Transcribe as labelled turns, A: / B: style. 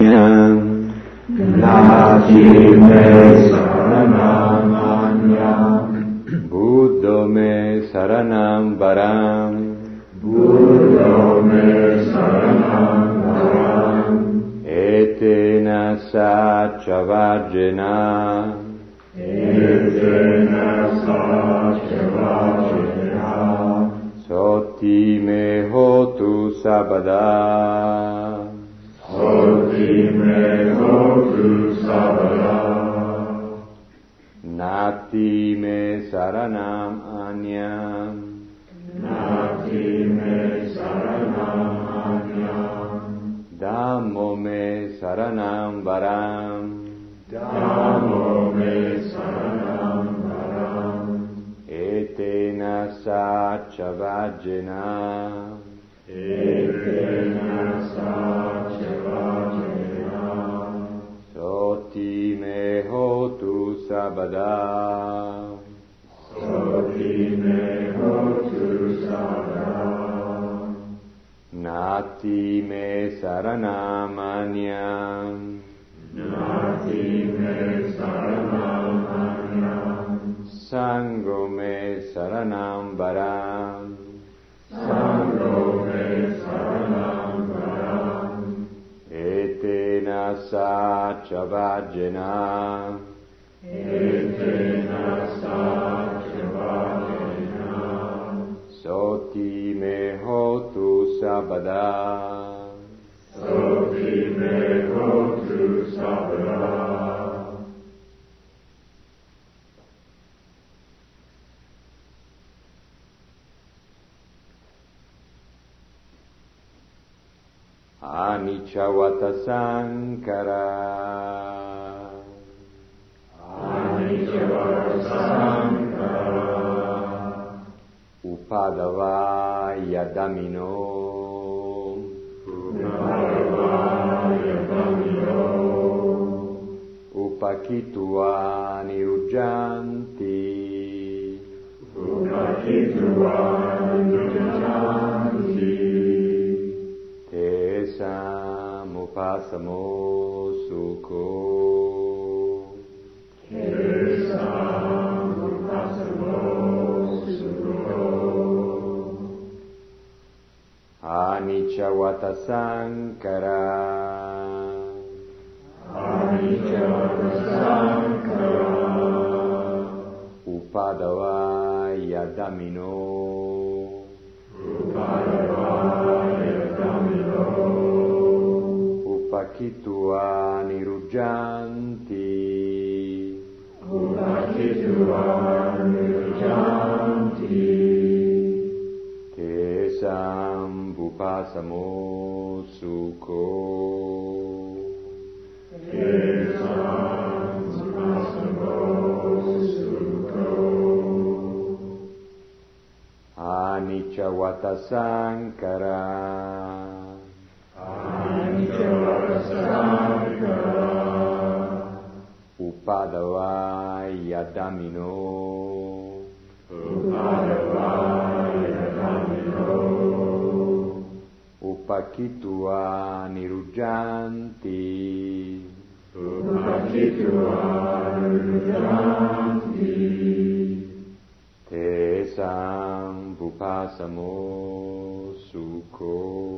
A: Nacinam.
B: Nacime saranam anyam,
A: Buddho me saranam varam.
B: Buddho me saranam varam,
A: Etena sachavajena.
B: etena satyavajena,
A: Soti me hotu sabada.
B: soti me hotu sabada,
A: Nati me saranam anyam.
B: nacime saranam anyam,
A: Dhammo me saranam varam.
B: dhammo me saranam varam,
A: Etena sachavajena.
B: etena satyavajena,
A: Soti me hotu sabada.
B: Sotime hotu sada,
A: Nati me saranam anyam.
B: natime saranam anyam,
A: Sango me saranam varam.
B: sango me saranam varam,
A: Etena sachavajena.
B: etena satyavajena,
A: Soti me hotu sabada.
B: sotime hotu sada,
A: Anichavata sankara.
B: anicca sankara,
A: Upadava yadamino. Upakitua nirujjanti. Tesam upasamo sukho. Anichavata sankara. Upadava yadamino. Upakitua nirujjanti. Tesam upasamo sukho. Anichavata sankara. Upadava yadamino. Upakitua nirujjanti. Tesam upasamo sukho.